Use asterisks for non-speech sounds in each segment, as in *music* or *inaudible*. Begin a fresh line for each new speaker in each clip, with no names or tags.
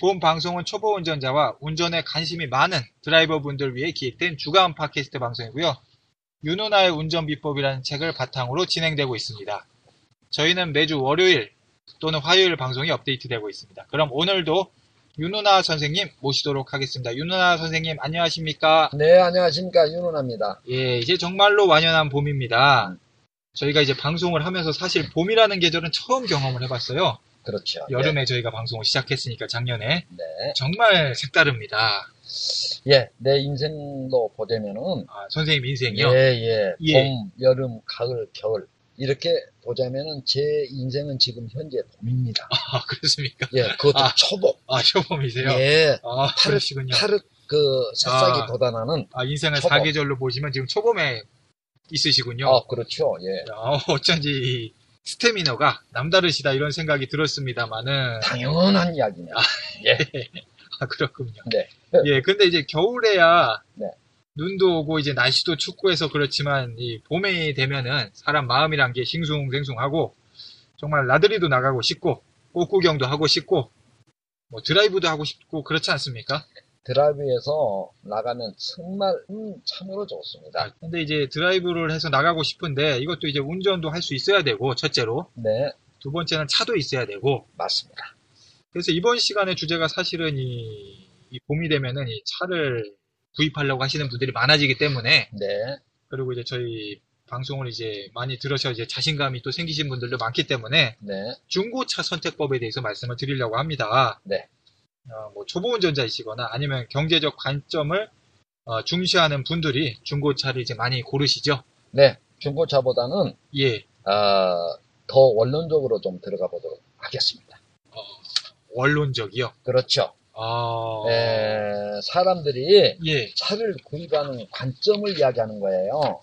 본 방송은 초보 운전자와 운전에 관심이 많은 드라이버 분들 위해 기획된 주간 팟캐스트 방송이고요. 유누나의 운전 비법이라는 책을 바탕으로 진행되고 있습니다. 저희는 매주 월요일 또는 화요일 방송이 업데이트되고 있습니다. 그럼 오늘도 유누나 선생님 모시도록 하겠습니다. 유누나 선생님 안녕하십니까?
네, 안녕하십니까. 윤호나입니다.
예, 이제 정말로 완연한 봄입니다. 저희가 이제 방송을 하면서 사실 봄이라는 계절은 처음 경험을 해봤어요.
그렇죠.
여름에 저희가 방송을 시작했으니까 작년에.
네. 네.
정말 색다릅니다.
예, 내 인생로 보자면은,
아, 선생님
예,
인생이요?
예,
예.
봄, 여름, 가을, 겨울. 이렇게 보자면은 제 인생은 지금 현재 봄입니다.
아, 그렇습니까?
예, 그것도
아.
초복.
아, 쇼범이세요?
예,
아,
팔을-
그러시군요.
파릇 그 새싹이
아.
돋아나는.
아, 인생을
초봄.
사계절로 보시면 지금 초봄에 있으시군요.
아, 그렇죠. 예,
아, 어쩐지 이 스태미너가 남다르시다 이런 생각이 들었습니다만은
당연한 이야기네요.
아, 그렇군요.
네.
예, 근데 이제 겨울에야
네.
눈도 오고 이제 날씨도 춥고 해서 그렇지만 이 봄이 되면은 사람 마음이란 게 싱숭생숭하고 정말 나들이도 나가고 싶고 꽃 구경도 하고 싶고 뭐 드라이브도 하고 싶고 그렇지 않습니까?
드라이브에서 나가면 정말 음, 참으로 좋습니다.
근데 이제 드라이브를 해서 나가고 싶은데 이것도 이제 운전도 할 수 있어야 되고 첫째로
네,
두 번째는 차도 있어야 되고
맞습니다.
그래서 이번 시간의 주제가 사실은 이, 이 봄이 되면은 이 차를 구입하려고 하시는 분들이 많아지기 때문에
네,
그리고 이제 저희 방송을 이제 많이 들으셔 이제 자신감이 또 생기신 분들도 많기 때문에
네,
중고차 선택법에 대해서 말씀을 드리려고 합니다.
네.
어, 뭐 초보 운전자이시거나 아니면 경제적 관점을 어, 중시하는 분들이 중고차를 이제 많이 고르시죠.
네. 중고차보다는,
예.
아, 더 원론적으로 좀 들어가 보도록 하겠습니다.
원론적이요.
그렇죠.
아,
네. 에, 사람들이
예.
차를 구입하는 관점을 이야기하는 거예요.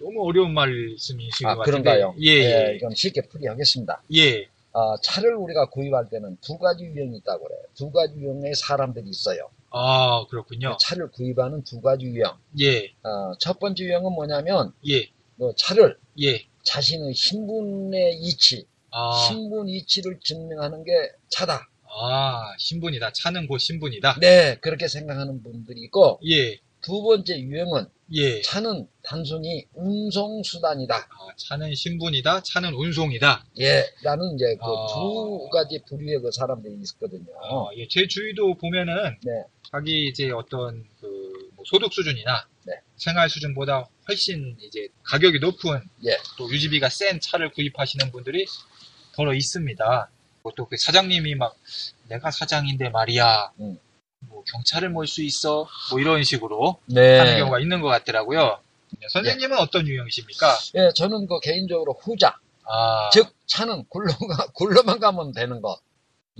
너무 어려운 말씀이신
아,
것 같은데.
그런가요? 네.
예, 예.
이건 쉽게 풀이하겠습니다.
예.
아, 차를 우리가 구입할 때는 두 가지 유형이 있다고 그래요. 두 가지 유형의 사람들이 있어요.
아, 그렇군요.
차를 구입하는 두 가지 유형.
예.
아, 첫 번째 유형은 뭐냐면,
예.
그 차를
예.
자신의 신분의 이치,
아,
신분 이치를 증명하는 게 차다.
아, 신분이다. 차는 곧 신분이다.
네, 그렇게 생각하는 분들이 있고,
예.
두 번째 유형은
예.
차는 단순히 운송수단이다.
아, 차는 신분이다, 차는 운송이다.
예, 라는 이제
아.
그 두 가지 부류의 그 사람들이 있거든요.
어, 예, 제 주위도 보면은
네.
자기 이제 어떤 그뭐 소득 수준이나
네.
생활 수준보다 훨씬 이제 가격이 높은
예.
또 유지비가 센 차를 구입하시는 분들이 더러 있습니다. 또 그 사장님이 막 내가 사장인데 말이야.
음.
뭐 경찰을 몰 수 있어 뭐 이런 식으로 하는
네.
경우가 있는 것 같더라고요. 네, 선생님은 어떤 유형이십니까?
예, 저는 그 개인적으로 후자,
아,
즉 차는 굴러가 *laughs* 굴러만 가면 되는 것.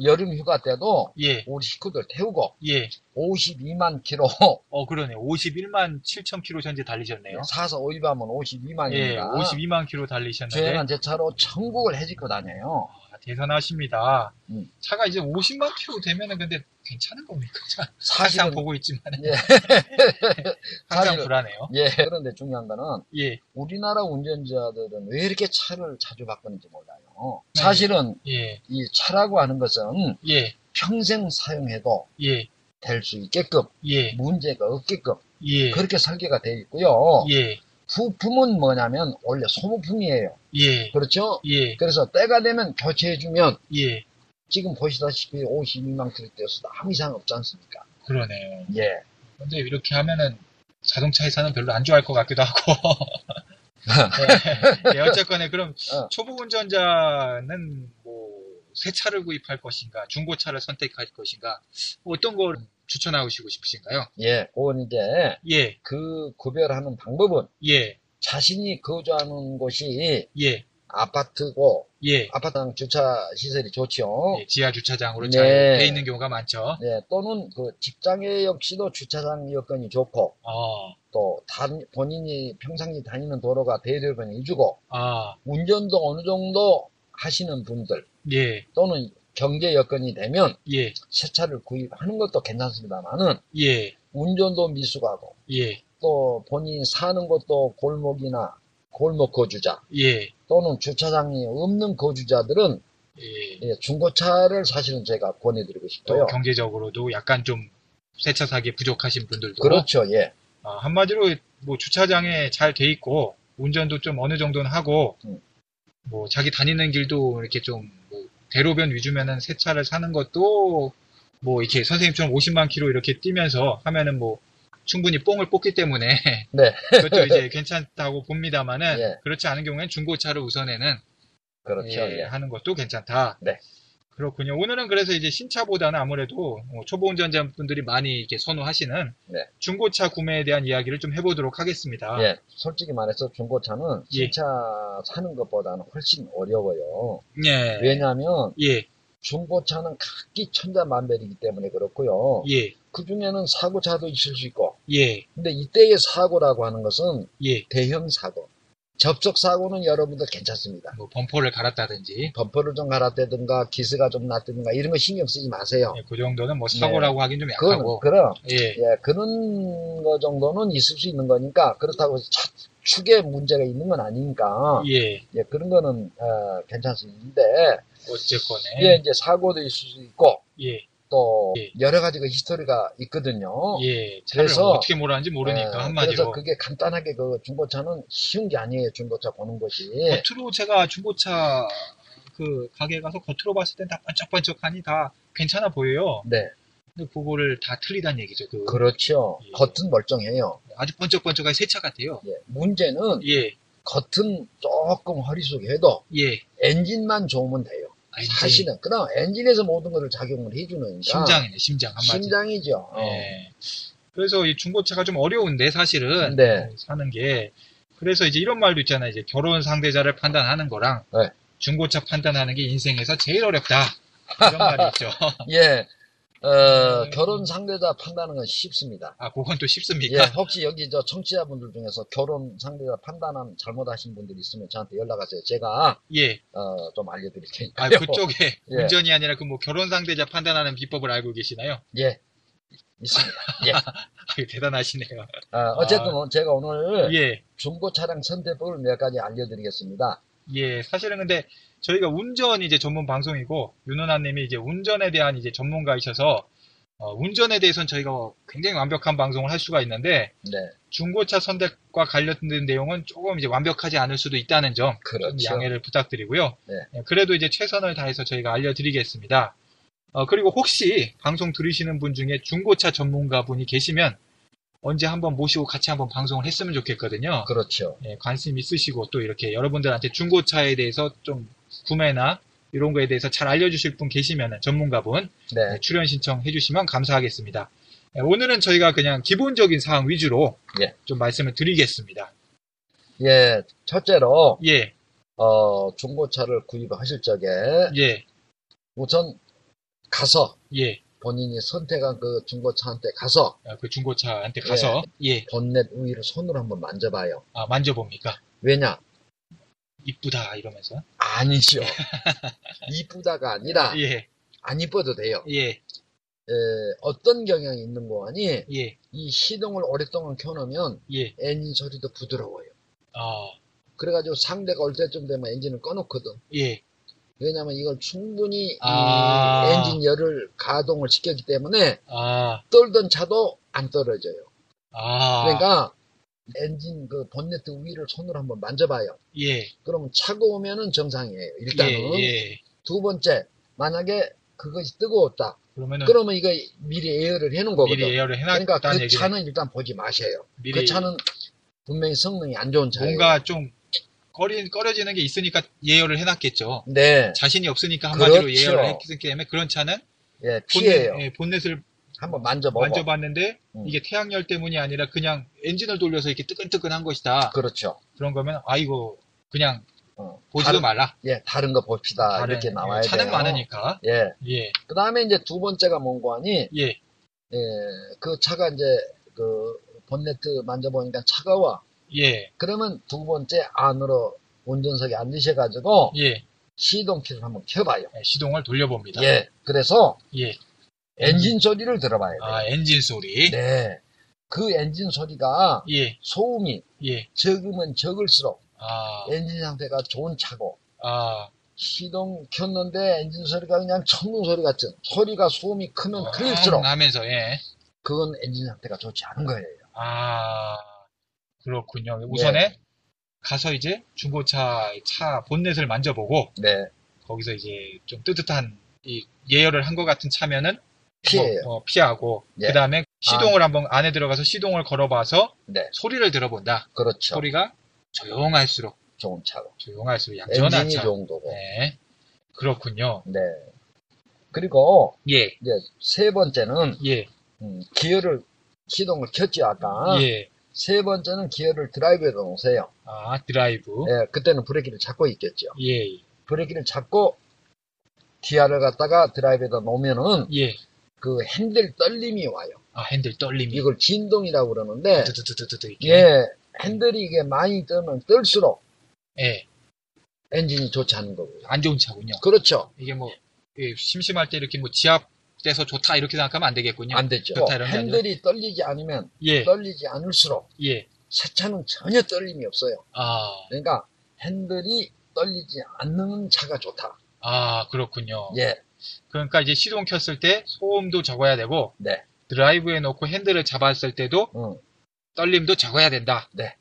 여름 휴가 때도
예,
우리 식구들 태우고
예,
52만 킬로
어 그러네. 51만 7천 킬로 현재 달리셨네요.
사서 오입하면 네,
예,
52만입니다. 네.
52만 킬로 달리셨는데
주행한 제 차로 천국을 해집고 다녀요.
아, 대단하십니다.
음.
차가 이제 50만 킬로 되면은 근데 괜찮은 겁니까? 차, 항상
사실은
보고 있지만 *laughs*
예.
항상
사실은-
불안해요.
예, 그런데 중요한 거는
예,
우리나라 운전자들은 왜 이렇게 차를 자주 바꾸는지 몰라요.
네.
사실은
예,
이 차라고 하는 것은
예,
평생 사용해도
예,
될 수 있게끔
예,
문제가 없게끔
예,
그렇게 설계가 되어 있고요.
예,
부품은 뭐냐면 원래 소모품이에요.
예,
그렇죠?
예,
그래서 때가 되면 교체해주면
예,
지금 보시다시피 52만 킬로대에서 아무 이상 없지 않습니까?
그러네요.
예. *laughs*
근데 이렇게 하면은 자동차 회사는 별로 안 좋아할 것 같기도 하고 예, 어쨌거나 그럼
어.
초보 운전자는 뭐 새 차를 구입할 것인가, 중고차를 선택할 것인가, 어떤 걸
음.
추천하고 싶으신가요?
예, 그건 이제
예,
그 구별하는 방법은
예,
자신이 거주하는 곳이
예,
아파트고
예.
아파트랑 주차 시설이 좋지요.
예, 지하 주차장으로
네.
잘 돼 있는 경우가 많죠.
예, 또는 그 직장에 역시도 주차장 여건이 좋고
어,
또 단- 본인이 평상시 다니는 도로가 대려변이 주고
아,
운전도 어느 정도 하시는 분들
예,
또는 경제 여건이 되면
예,
새 차를 구입하는 것도 괜찮습니다만은
예,
운전도 미숙하고
예,
또 본인 사는 곳도 골목이나 골목 거주자
예,
또는 주차장이 없는 거주자들은
예.
예, 중고차를 사실은 제가 권해드리고
또
싶어요.
경제적으로도 약간 좀 새 차 사기에 부족하신 분들도
그렇죠, 예.
아, 한마디로 뭐 주차장에 잘 돼 있고 운전도 좀 어느 정도는 하고
음.
뭐 자기 다니는 길도 이렇게 좀뭐 대로변 위주면은 새 차를 사는 것도 뭐 이렇게 선생님처럼 50만 키로 이렇게 뛰면서 하면은 뭐 충분히 뽕을 뽑기 때문에
네.
그것도
*laughs*
이제 괜찮다고 봅니다만은
예.
그렇지 않은 경우에는 중고차를 우선에는
그렇죠,
예,
예.
하는 것도 괜찮다.
네.
그렇군요. 오늘은 그래서 이제 신차보다는 아무래도 어, 초보 운전자분들이 많이 이렇게 선호하시는
네.
중고차 구매에 대한 이야기를 좀 해보도록 하겠습니다.
예, 솔직히 말해서 중고차는
아. 예.
신차 사는 것보다는 훨씬 어려워요.
예.
왜냐하면
예.
중고차는 각기 천차만별이기 때문에 그렇고요.
예.
그 중에는 사고차도 있을 수 있고,
예.
근데 이때의 사고라고 하는 것은
예.
대형 사고, 접촉 사고는 여러분들 괜찮습니다.
뭐 범퍼를 갈았다든지
범퍼를 좀 갈았다든가 기스가 좀 났다든가 이런 거 신경 쓰지 마세요.
예, 그 정도는 뭐 사고라고 하긴 좀
네. 그건
약하고
그럼
예.
예, 그런 거 정도는 있을 수 있는 거니까 그렇다고 해서 차- 축에 문제가 있는 건 아니니까
예.
예, 그런 거는 어, 괜찮습니다.
어쨌거나
이게 이제 사고도 있을 수 있고
예.
또
예.
여러 가지가 히스토리가 있거든요.
예. 차를
그래서-
어떻게 몰았는지 모르니까
예,
한마디로
그래서 그게 간단하게 그 중고차는 쉬운 게 아니에요. 중고차 보는 것이.
겉으로 제가 중고차 그 가게 가서 겉으로 봤을 땐 다 반짝반짝하니 다 괜찮아 보여요.
네,
근데 그거를 다 틀리다는 얘기죠. 그
그렇죠.
예.
겉은 멀쩡해요.
아주 번쩍번쩍한 새차 같아요.
예, 문제는
예,
겉은 조금 허리속해도
예.
엔진만 좋으면 돼요.
아, 이제
사실은 그럼 엔진에서 모든 것을 작용을 해주는
심장이네, 심장 한마디.
심장이죠.
예. 그래서 이 중고차가 좀 어려운데 사실은
네.
사는 게 그래서 이제 이런 말도 있잖아요. 이제 결혼 상대자를 판단하는 거랑
네.
중고차 판단하는 게 인생에서 제일 어렵다. 이런 말이 있죠.
예. 어,
음.
결혼 상대자 판단은 건 쉽습니다.
아, 그건 또
예,
쉽습니까?
혹시 여기 저 청취자분들 중에서 결혼 상대자 판단함 잘못하신 분들 있으면 저한테 연락하세요. 제가
예.
어, 좀 알려드릴 테니까.
아, 그쪽에
예.
운전이 아니라 그 뭐 결혼 상대자 판단하는 비법을 알고 계시나요?
*laughs* 예, 있습니다.
아, 대단하시네요.
어, 쨌든 제가 오늘
아. 예.
중고 차량 선택법을 몇 가지 알려드리겠습니다.
예, 사실은 근데 저희가 운전 이제 전문 방송이고 윤은아님이 이제 운전에 대한 이제 전문가이셔서 어, 운전에 대해서는 저희가 굉장히 완벽한 방송을 할 수가 있는데
네,
중고차 선택과 관련된 내용은 조금 이제 완벽하지 않을 수도 있다는 점 좀
그렇죠.
양해를 부탁드리고요.
네.
예, 그래도 이제 최선을 다해서 저희가 알려드리겠습니다. 어, 그리고 혹시 방송 들으시는 분 중에 중고차 전문가 분이 계시면 언제 한번 모시고 같이 한번 방송을 했으면 좋겠거든요.
그렇죠.
예, 관심 있으시고 또 이렇게 여러분들한테 중고차에 대해서 좀 구매나 이런 거에 대해서 잘 알려주실 분 계시면 전문가분 예,
네,
출연 신청해 주시면 감사하겠습니다. 예, 오늘은 저희가 그냥 기본적인 사항 위주로
예.
좀 말씀을 드리겠습니다.
예, 첫째로
예,
어, 중고차를 구입하실 적에
예,
우선 가서
예.
본인이 선택한 그 중고차한테 가서
아, 그 중고차한테 가서 예,
본넷 위를 손으로 한번 만져봐요.
아, 만져봅니까?
왜냐?
이쁘다 이러면서 *laughs*
아니죠. 이쁘다가 아니라
예,
안 이뻐도 돼요.
예,
에, 어떤 경향이 있는 거 아니
예,
이 시동을 오랫동안 켜놓으면
예.
엔진 소리도 부드러워요.
아,
그래가지고 상대가 올 때쯤 되면 엔진을 꺼놓거든.
예,
왜냐면 이걸 충분히 이
아.
엔진 열을 가동을 시켰기 때문에
아,
떨던 차도 안 떨어져요.
아,
그러니까 엔진 그 본네트 위를 손으로 한번 만져봐요.
예,
그러면 차가 오면은 정상이에요.
예,
일단은
예.
두 번째 만약에 그것이 뜨거웠다.
그러면은
그러면 이거 미리 에어를 해놓은 거거든.
미리 예열을 해놨다는
그러니까 그
얘기는
차는 일단 보지 마세요.
미리
그 차는 분명히 성능이 안 좋은 차예요.
뭔가 좀 꺼리, 꺼려지는 게 있으니까 예열을 해놨겠죠.
네,
자신이 없으니까 한마디로
그렇죠.
예열을 했기 때문에 그런 차는
예,
본넷,
피해요.
예, 본넷을
한번 만져봐봐.
만져봤는데
음.
이게 태양열 때문이 아니라 그냥 엔진을 돌려서 이렇게 뜨끈뜨끈한 것이다.
그렇죠.
그런 거면 아 이거 그냥
어,
보지도
다른,
말라.
예, 다른 거 봅시다.
다른,
이렇게 나와야
예, 차는
돼요.
많으니까.
예.
예,
그 다음에 이제 두 번째가 뭔고 하니,
예,
예, 그 차가 이제 그 본네트 만져보니까 차가워.
예,
그러면 두 번째 안으로 운전석에 앉으셔가지고
예. 예,
시동키를 한번 켜봐요.
시동을 돌려봅니다.
예, 그래서
예.
엔진 소리를 들어봐야 돼요.
음. 아 엔진 소리.
네. 그 엔진 소리가
예,
소음이
예.
적으면 적을수록
아,
엔진 상태가 좋은 차고
아,
시동 켰는데 엔진 소리가 그냥 천둥 소리 같은 소리가 소음이
아,
크면 클수록
하면서 예.
그건 엔진 상태가 좋지 않은 거예요.
아, 그렇군요. 우선에
네.
가서 이제 중고차 차 본넷을 만져보고
네.
거기서 이제 좀 뜨뜻한 이 예열을 한 것 같은 차면은
피해요.
뭐, 어, 피하고
예.
그다음에 시동을 한번 안에 들어가서 시동을 걸어봐서
네.
소리를 들어본다.
그렇죠.
뭐, 소리가 조용할수록
좋은 차고.
조용할수록 얌전한
엔진이
차.
좋은 거고.
네, 그렇군요.
네. 그리고
예,
이제 세 번째는
예,
음, 기어를 시동을 켰죠 아까.
예.
세 번째는 기어를 드라이브에 넣으세요.
아 드라이브.
예, 그때는 브레이크를 잡고 있겠죠.
예,
브레이크를 잡고 기아를 갖다가 드라이브에다 놓으면은
예.
그 핸들 떨림이 와요.
아 핸들 떨림이.
이걸 진동이라고 그러는데
그렇죠. 뜨뜨뜨뜨뜨 이렇게.
네. 예, 핸들이 이게 많이 뜨면 뜰수록
예.
엔진이 좋지 않은 거고요.
안 좋은 차군요.
그렇죠.
이게 뭐 예, 심심할 때 이렇게 뭐 지압돼서 좋다 이렇게 생각하면 안 되겠군요.
안 되죠.
네. 좋다 이런 게
핸들이 떨리지 않으면
예,
떨리지 않을수록
예.
새 차는 전혀 떨림이 없어요.
아,
그러니까 핸들이 떨리지 않는 차가 좋다.
아 그렇군요.
예,
그러니까 이제 시동 켰을 때 소음도 적어야 되고
네.
드라이브에 놓고 핸들을 잡았을 때도
음.
떨림도 적어야 된다.
네.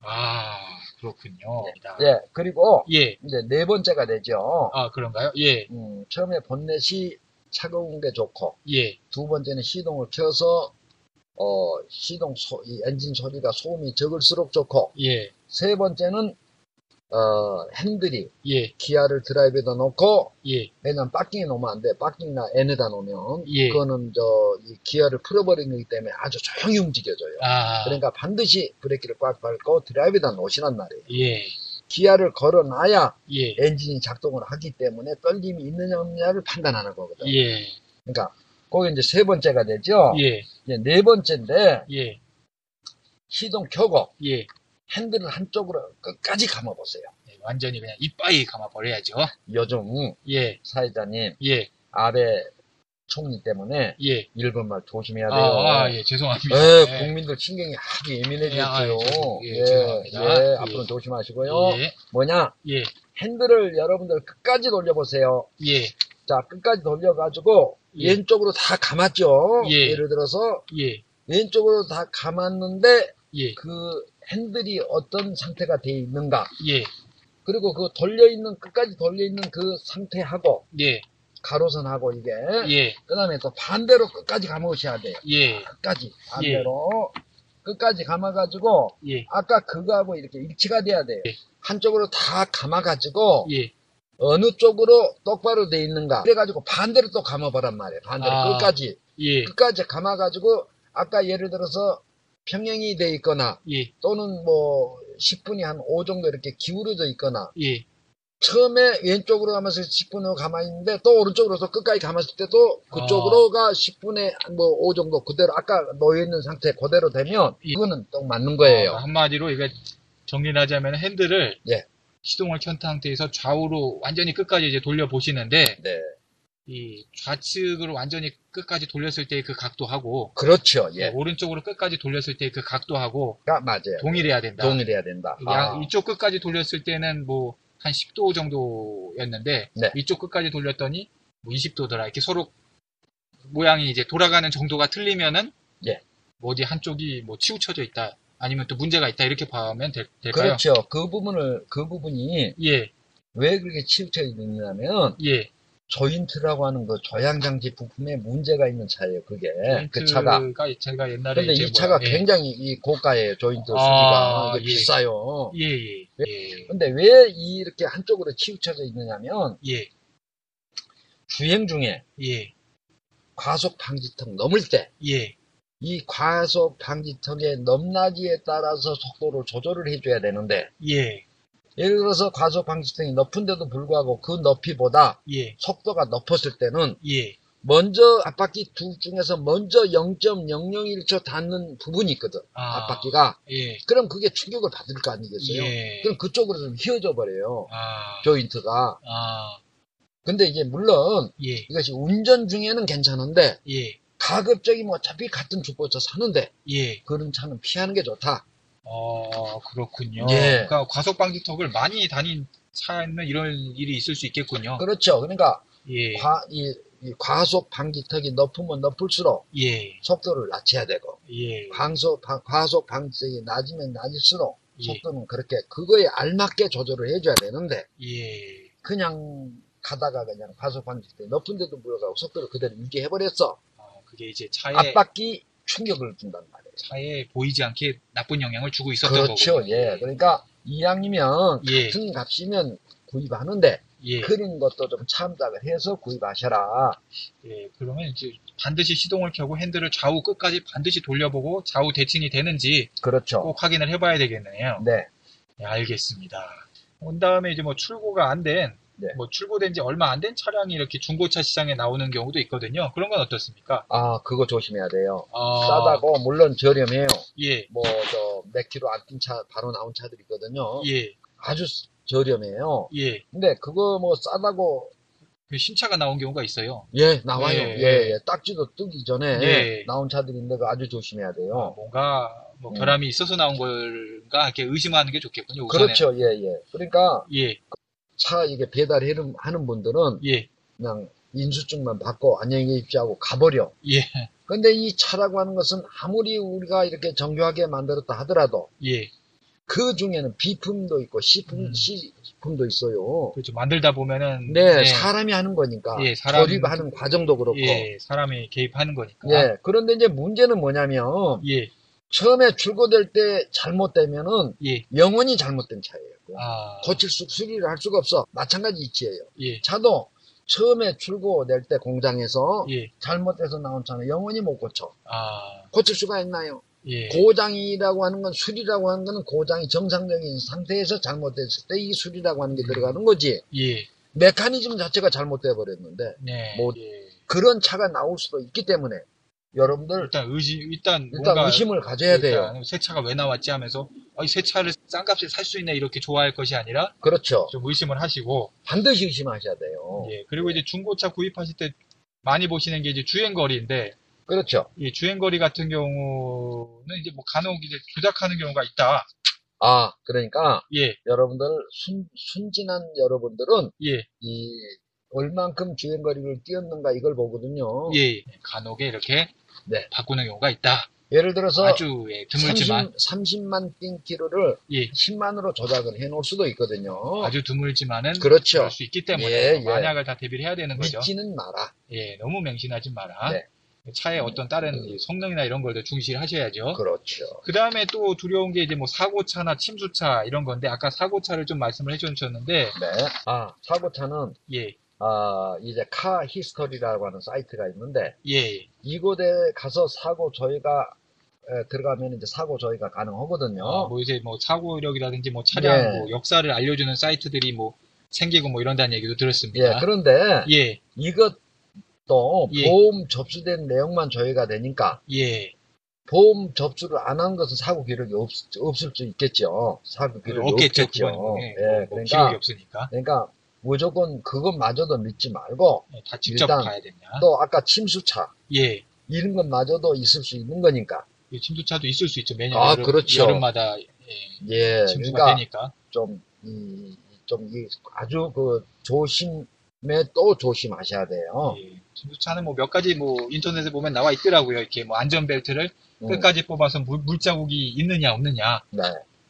아 그렇군요.
예. 그리고
예.
이제 네 번째가 되죠.
아 그런가요? 예.
음, 처음에 본넷이 차가운 게 좋고
예.
두 번째는 시동을 켜서 어, 시동 소, 이 엔진 소리가 소음이 적을수록 좋고
예.
세 번째는 어, 핸들이
예.
기아를 드라이브에다 놓고
예.
왜냐면 박킹에 놓으면 안 돼. 박킹이나 N에다 놓으면
예.
그거는 저, 이 기아를 풀어버리는 거기 때문에 아주 조용히 움직여져요.
아.
그러니까 반드시 브레이크를 꽉 밟고 드라이브에다 놓으시란 말이에요.
예.
기아를 걸어놔야
예.
엔진이 작동을 하기 때문에 떨림이 있느냐 없느냐를 판단하는 거거든요.
예.
그러니까 그게 이제 세 번째가 되죠.
예.
이제 네 번째인데
예.
시동 켜고
예.
핸들을 한쪽으로 끝까지 감아보세요.
네, 완전히 그냥 이빠이 감아버려야죠.
요즘
예.
사회자님
예.
아베 총리 때문에
예.
일본말 조심해야 돼요.
아, 아, 예. 죄송합니다.
예,
예.
국민들 신경이 아주
예, 아,
예민해졌어요.
예,
예,
예, 죄송합니다.
예,
예.
앞으로 조심하시고요.
예.
뭐냐,
예.
핸들을 여러분들 끝까지 돌려보세요.
예.
자, 끝까지 돌려가지고
예.
왼쪽으로 다 감았죠.
예.
예를 들어서
예.
왼쪽으로 다 감았는데
예.
그 핸들이 어떤 상태가 돼 있는가
예.
그리고 그 돌려 있는 끝까지 돌려 있는 그 상태하고
예.
가로선하고 이게
예.
그다음에 또 반대로 끝까지 감으셔야 돼요
예.
끝까지 반대로 끝까지 감아가지고
예.
아까 그거하고 이렇게 일치가 돼야 돼요
예.
한쪽으로 다 감아가지고
예.
어느 쪽으로 똑바로 돼 있는가 그래가지고 반대로 또 감아보란 말이에요 반대로
아.
끝까지
예.
끝까지 감아가지고 아까 예를 들어서 평행이 돼 있거나
예.
또는 뭐 10분이 한 5 정도 이렇게 기울어져 있거나
예.
처음에 왼쪽으로 가면서 10분으로 가만히 있는데 또 오른쪽으로 서 끝까지 감았을 때도 그쪽으로가
아.
10분에 뭐 5 정도 그대로 아까 놓여 있는 상태 그대로 되면
예.
이거는 딱 맞는 거예요.
어, 한마디로 이거 정리를 하자면 핸들을
예.
시동을 켠 상태에서 좌우로 완전히 끝까지 이제 돌려보시는데
네.
이 좌측으로 완전히 끝까지 돌렸을 때의 그 각도하고 어,
그렇죠. 예.
오른쪽으로 끝까지 돌렸을 때의 그 각도하고
가 맞아요.
동일해야 된다.
동일해야 된다.
양-
아,
이쪽 끝까지 돌렸을 때는 뭐 한 10도 정도였는데
네.
이쪽 끝까지 돌렸더니 뭐 20도더라 이렇게 서로 모양이 이제 돌아가는 정도가 틀리면은
예.
뭐 어디 한쪽이 뭐 치우쳐져 있다 아니면 또 문제가 있다 이렇게 보면 될, 될까요?
그렇죠. 그 부분을 그 부분이
예,
왜 그렇게 치우쳐 있느냐면
예,
조인트라고 하는 그 조향장치 부품에 문제가 있는 차예요. 그게 그 차가.
가 제가 옛날에
근데
이제
이 차가
뭐야, 예.
굉장히 이 고가의 조인트
아,
수리가 이게
예.
비싸요.
예, 예, 예,
근데 왜 이렇게 한쪽으로 치우쳐져 있느냐면
예,
주행 중에
예,
과속 방지턱 넘을 때 이
예,
과속 방지턱의 넘나기에 따라서 속도를 조절을 해줘야 되는데
예,
예를 들어서 과속 방지턱이 높은데도 불구하고 그 높이보다
예,
속도가 높았을 때는
예,
먼저 앞바퀴 둘 중에서 먼저 0.001초 닿는 부분이 있거든
아.
앞바퀴가
예,
그럼 그게 충격을 받을 거 아니겠어요?
예.
그럼 그쪽으로 좀 휘어져 버려요
아,
조인트가
아,
근데 이게 물론
예,
이것이 운전 중에는 괜찮은데
예,
가급적이면 뭐 어차피 같은 중고차 사는데
예.
그런 차는 피하는 게 좋다.
어, 그렇군요.
예.
그러니까 과속 방지턱을 많이 다닌 차에는 이런 일이 있을 수 있겠군요.
그렇죠. 그러니까
예,
과, 이, 이 과속 방지턱이 높으면 높을수록
예,
속도를 낮춰야 되고
예,
광소, 바- 과속 방지턱이 낮으면 낮을수록
예.
속도는 그렇게 그거에 알맞게 조절을 해줘야 되는데
예.
그냥 가다가 그냥 과속 방지턱이 높은데도 불구하고 속도를 그대로 유지해버렸어.
아, 그게 이제
예.
차에
앞바퀴 충격을 준단 말이에요.
차에 보이지 않게 나쁜 영향을 주고 있었던
그렇죠.
거군요.
예. 그러니까 이왕이면
예,
같은 값이면 구입하는데
예,
그런 것도 좀 참작을 해서 구입하셔라.
예. 그러면 이제 반드시 시동을 켜고 핸들을 좌우 끝까지 반드시 돌려보고 좌우 대칭이 되는지
그렇죠.
꼭 확인을 해봐야 되겠네요.
네.
예, 알겠습니다. 온 다음에 이제 뭐 출고가 안 된,
네.
뭐 출고된 지 얼마 안 된 차량이 이렇게 중고차 시장에 나오는 경우도 있거든요. 그런 건 어떻습니까?
아, 그거 조심해야 돼요.
아,
싸다고 물론 저렴해요.
예,
뭐 저 몇 킬로 안 뛴 차 바로 나온 차들 있거든요.
예,
아주 저렴해요.
예.
근데 그거 뭐 싸다고
그 신차가 나온 경우가 있어요.
예 나와요.
예.
예예 딱지도 뜨기 전에
예.
나온 차들인데 그 아주 조심해야
아,
돼요.
뭔가 뭐
음.
결함이 있어서 나온 걸까 이렇게 의심하는 게 좋겠군요. 우선은.
그렇죠. 예예. 그러니까
예,
차 이게 배달하는 하는 분들은
예,
그냥 인수증만 받고 안녕히 계십시오 하고 가버려.
예,
근데 이 차라고 하는 것은 아무리 우리가 이렇게 정교하게 만들었다 하더라도
예.
그 중에는 B품도 있고 C품,
음.
C품도 있어요.
그렇죠. 만들다 보면은
네,
예,
사람이 하는 거니까
예, 사람-
조립하는 과정도 그렇고. 예.
예, 사람이 개입하는 거니까.
그런데 이제 문제는 뭐냐면
예,
처음에 출고될 때 잘못되면은
예.
영원히 잘못된 차예요.
아,
고칠 수 수리를 할 수가 없어. 마찬가지 이치예요.
예,
차도 처음에 출고될 때 공장에서
예,
잘못돼서 나온 차는 영원히 못 고쳐.
아,
고칠 수가 있나요?
예,
고장이라고 하는 건 수리라고 하는 건 고장이 정상적인 상태에서 잘못됐을 때 이 수리라고 하는 게
음.
들어가는 거지.
예,
메커니즘 자체가 잘못돼 버렸는데
네.
뭐-
예.
그런 차가 나올 수도 있기 때문에 여러분들
일단 의심, 일단
일단
뭔가
의심을 가져야 돼요.
일단 새 차가 왜 나왔지 하면서 아, 새 차를 싼 값에 살 수 있네 이렇게 좋아할 것이 아니라
그렇죠.
좀 의심을 하시고
반드시 의심하셔야 돼요.
예, 그리고 이제 중고차 구입하실 때 많이 보시는 게 이제 주행 거리인데
그렇죠.
이 주행 거리 같은 경우는 이제 뭐 간혹 이제 조작하는 경우가 있다.
아 그러니까
예,
여러분들 순, 순진한 여러분들은
예,
이 얼만큼 주행거리를 뛰었는가 이걸 보거든요.
예. 간혹에 이렇게
어. 네.
바꾸는 경우가 있다.
예를 들어서
아주 예, 드물지만
30, 만띵 키로를
예.
10만으로 조작을 해 놓을 수도 있거든요.
아주 드물지만은
어. 그렇죠.
그럴 수 있기 때문에
예, 예.
만약을 다 대비를 해야 되는 거죠.
믿지는 마라.
예, 너무 맹신하지 마라.
네.
차의 어떤 다른 이제 성능이나 이런 걸 더 중시하셔야죠.
그렇죠.
그 다음에 또 두려운 게 이제 뭐 사고차나 침수차 이런 건데 아까 사고차를 좀 말씀을 해주셨는데
네. 아, 사고차는,
예,
아, 이제 카 히스토리라고 하는 사이트가 있는데,
예,
이곳에 가서 사고 저희가, 에, 들어가면 이제 사고 저희가 가능하거든요.
어, 뭐 이제 뭐 사고력이라든지 뭐 차량
네.
뭐 역사를 알려주는 사이트들이 뭐 생기고 뭐 이런다는 얘기도
예,
들었습니다.
그런데
예,
이것도
예.
보험 접수된 내용만 저희가 되니까,
예.
보험 접수를 안 한 것은 사고 기록이 없, 없을 수 있겠죠. 사고 기록이
없겠죠.
없겠죠.
그건, 예,
예,
뭐
그러니까,
기록이 없으니까
그러니까 무조건 그것마저도 믿지 말고,
예, 다 직접
일단
가야 된다.
또 아까 침수차,
예,
이런 것마저도 있을 수 있는 거니까.
이 침수차도 있을 수 있죠. 매년
아,
여름,
그렇죠.
여름마다 예,
예,
침수가
그러니까
되니까.
좀, 이, 좀, 이, 아주 그 조심에 또 조심하셔야 돼요.
예, 침수차는 뭐 몇 가지 뭐 인터넷에 보면 나와 있더라고요. 이렇게 뭐 안전벨트를
음,
끝까지 뽑아서 물, 물자국이 있느냐 없느냐
네.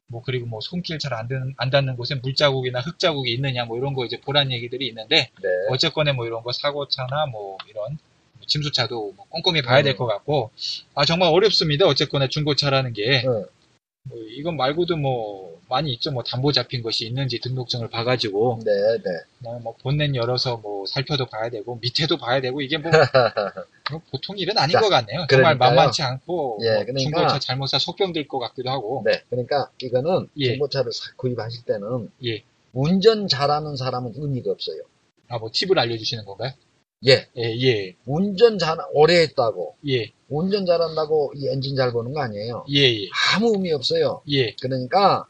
뭐 그리고 뭐 손길 잘 안 되는 안 닿는 곳에 물자국이나 흙자국이 있느냐 뭐 이런 거 이제 보란 얘기들이 있는데
네.
어쨌거나 뭐 이런 거 사고차나 뭐 이런 침수차도 뭐 꼼꼼히 봐야
음.
될 것 같고 아 정말 어렵습니다 어쨌거나 중고차라는 게
네.
뭐 이건 말고도 뭐 많이 있죠 뭐 담보 잡힌 것이 있는지 등록증을 봐가지고
네, 네.
그다음에 뭐 본넷 열어서 뭐 살펴도 봐야 되고 밑에도 봐야 되고 이게
*laughs*
뭐 뭐 보통 일은 아닌
자,
것 같네요 정말
그러니까요.
만만치 않고
예,
뭐
그러니까-
중고차 잘못 사 속병될 것 같기도 하고
네. 그러니까 이거는
예.
중고차를 사- 구입하실 때는
예.
운전 잘하는 사람은 의미가 없어요.
아 뭐 팁을 알려주시는 건가요?
예.
예예예예
운전 잘 오래 했다고
예,
운전 잘한다고 이 엔진 잘 보는 거 아니에요.
예, 예,
아무 의미 없어요.
예,
그러니까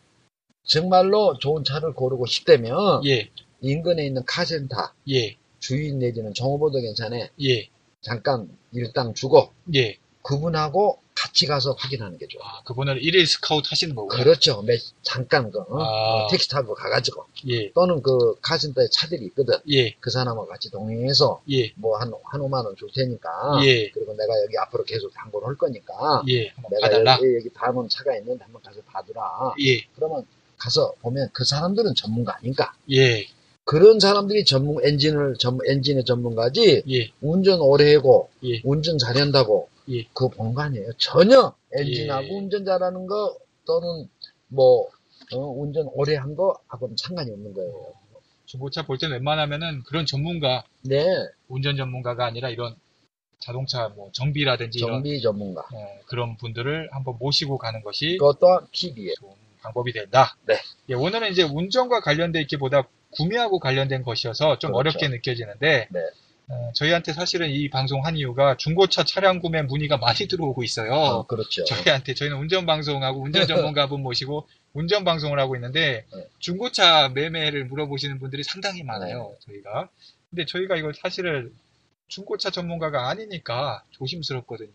정말로 좋은 차를 고르고 싶다면
예,
인근에 있는 카센터
예,
주인 내지는 정보도 괜찮아.
예,
잠깐 일당 주고
예.
그분하고 같이 가서 확인하는 게 좋아.
아, 그분을 일일 스카우트 하시는 거고요.
그렇죠. 매- 잠깐 그 어?
아.
어, 택시 타고 가가지고
예,
또는 그 카센터에 차들이 있거든.
예,
그 사람하고 같이 동행해서
예,
뭐 한 한 5만 원 줄 테니까
예.
그리고 내가 여기 앞으로 계속 광고를 할 거니까
예. 한번
내가
봐달라.
여기, 여기 닮은 차가 있는데 한번 가서 봐두라.
예,
그러면 가서 보면 그 사람들은 전문가 아닌가?
예,
그런 사람들이 전문 엔진을 전 엔진의 전문가지
예,
운전 오래 하고
예.
운전 잘한다고
예.
그거 본 거 아니에요? 전혀 엔진하고
예.
운전 잘하는 거 또는 뭐 어, 운전 오래 한 거하고는 상관이 없는 거예요.
중고차 볼 땐 웬만하면은 그런 전문가,
네,
운전 전문가가 아니라 이런 자동차 뭐 정비라든지
정비 전문가.
이런 어, 그런 분들을 한번 모시고 가는 것이
그것 또한 팁이에요.
좋은 방법이 된다.
네.
예, 오늘은 이제 운전과 관련돼 있기보다 구매하고 관련된 것이어서 좀
그렇죠.
어렵게 느껴지는데
네.
어, 저희한테 사실은 이 방송 한 이유가 중고차 차량 구매 문의가 많이 들어오고 있어요.
어, 그렇죠.
저희한테 저희는 운전 방송하고 운전 전문가분 모시고 운전 방송을 하고 있는데
네.
중고차 매매를 물어보시는 분들이 상당히 많아요
네.
저희가 근데 저희가 이걸 사실을 중고차 전문가가 아니니까 조심스럽거든요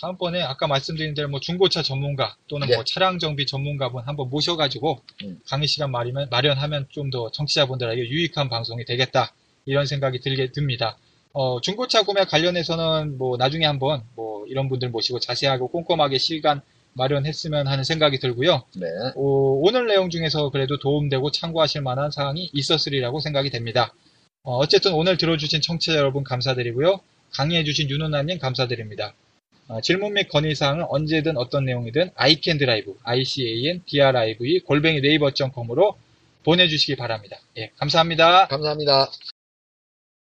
다음번에 아까 말씀드린 대로 뭐 중고차 전문가 또는
네.
뭐 차량 정비 전문가분 한번 모셔가지고
음.
강의 시간 마련, 마련하면 좀 더 청취자분들에게 유익한 방송이 되겠다 이런 생각이 들게 듭니다 어, 중고차 구매 관련해서는 뭐 나중에 한번 뭐 이런 분들 모시고 자세하고 꼼꼼하게 시간 마련했으면 하는 생각이 들고요.
네.
어, 오, 늘 내용 중에서 그래도 도움되고 참고하실 만한 사항이 있었으리라고 생각이 됩니다. 어, 쨌든 오늘 들어주신 청취자 여러분 감사드리고요. 강의해주신 윤은아님 감사드립니다. 아, 질문 및 건의사항은 언제든 어떤 내용이든 iCanDrive, I-C-A-N-D-R-I-V 골뱅이 네이버.com으로 보내주시기 바랍니다. 예, 감사합니다.
감사합니다.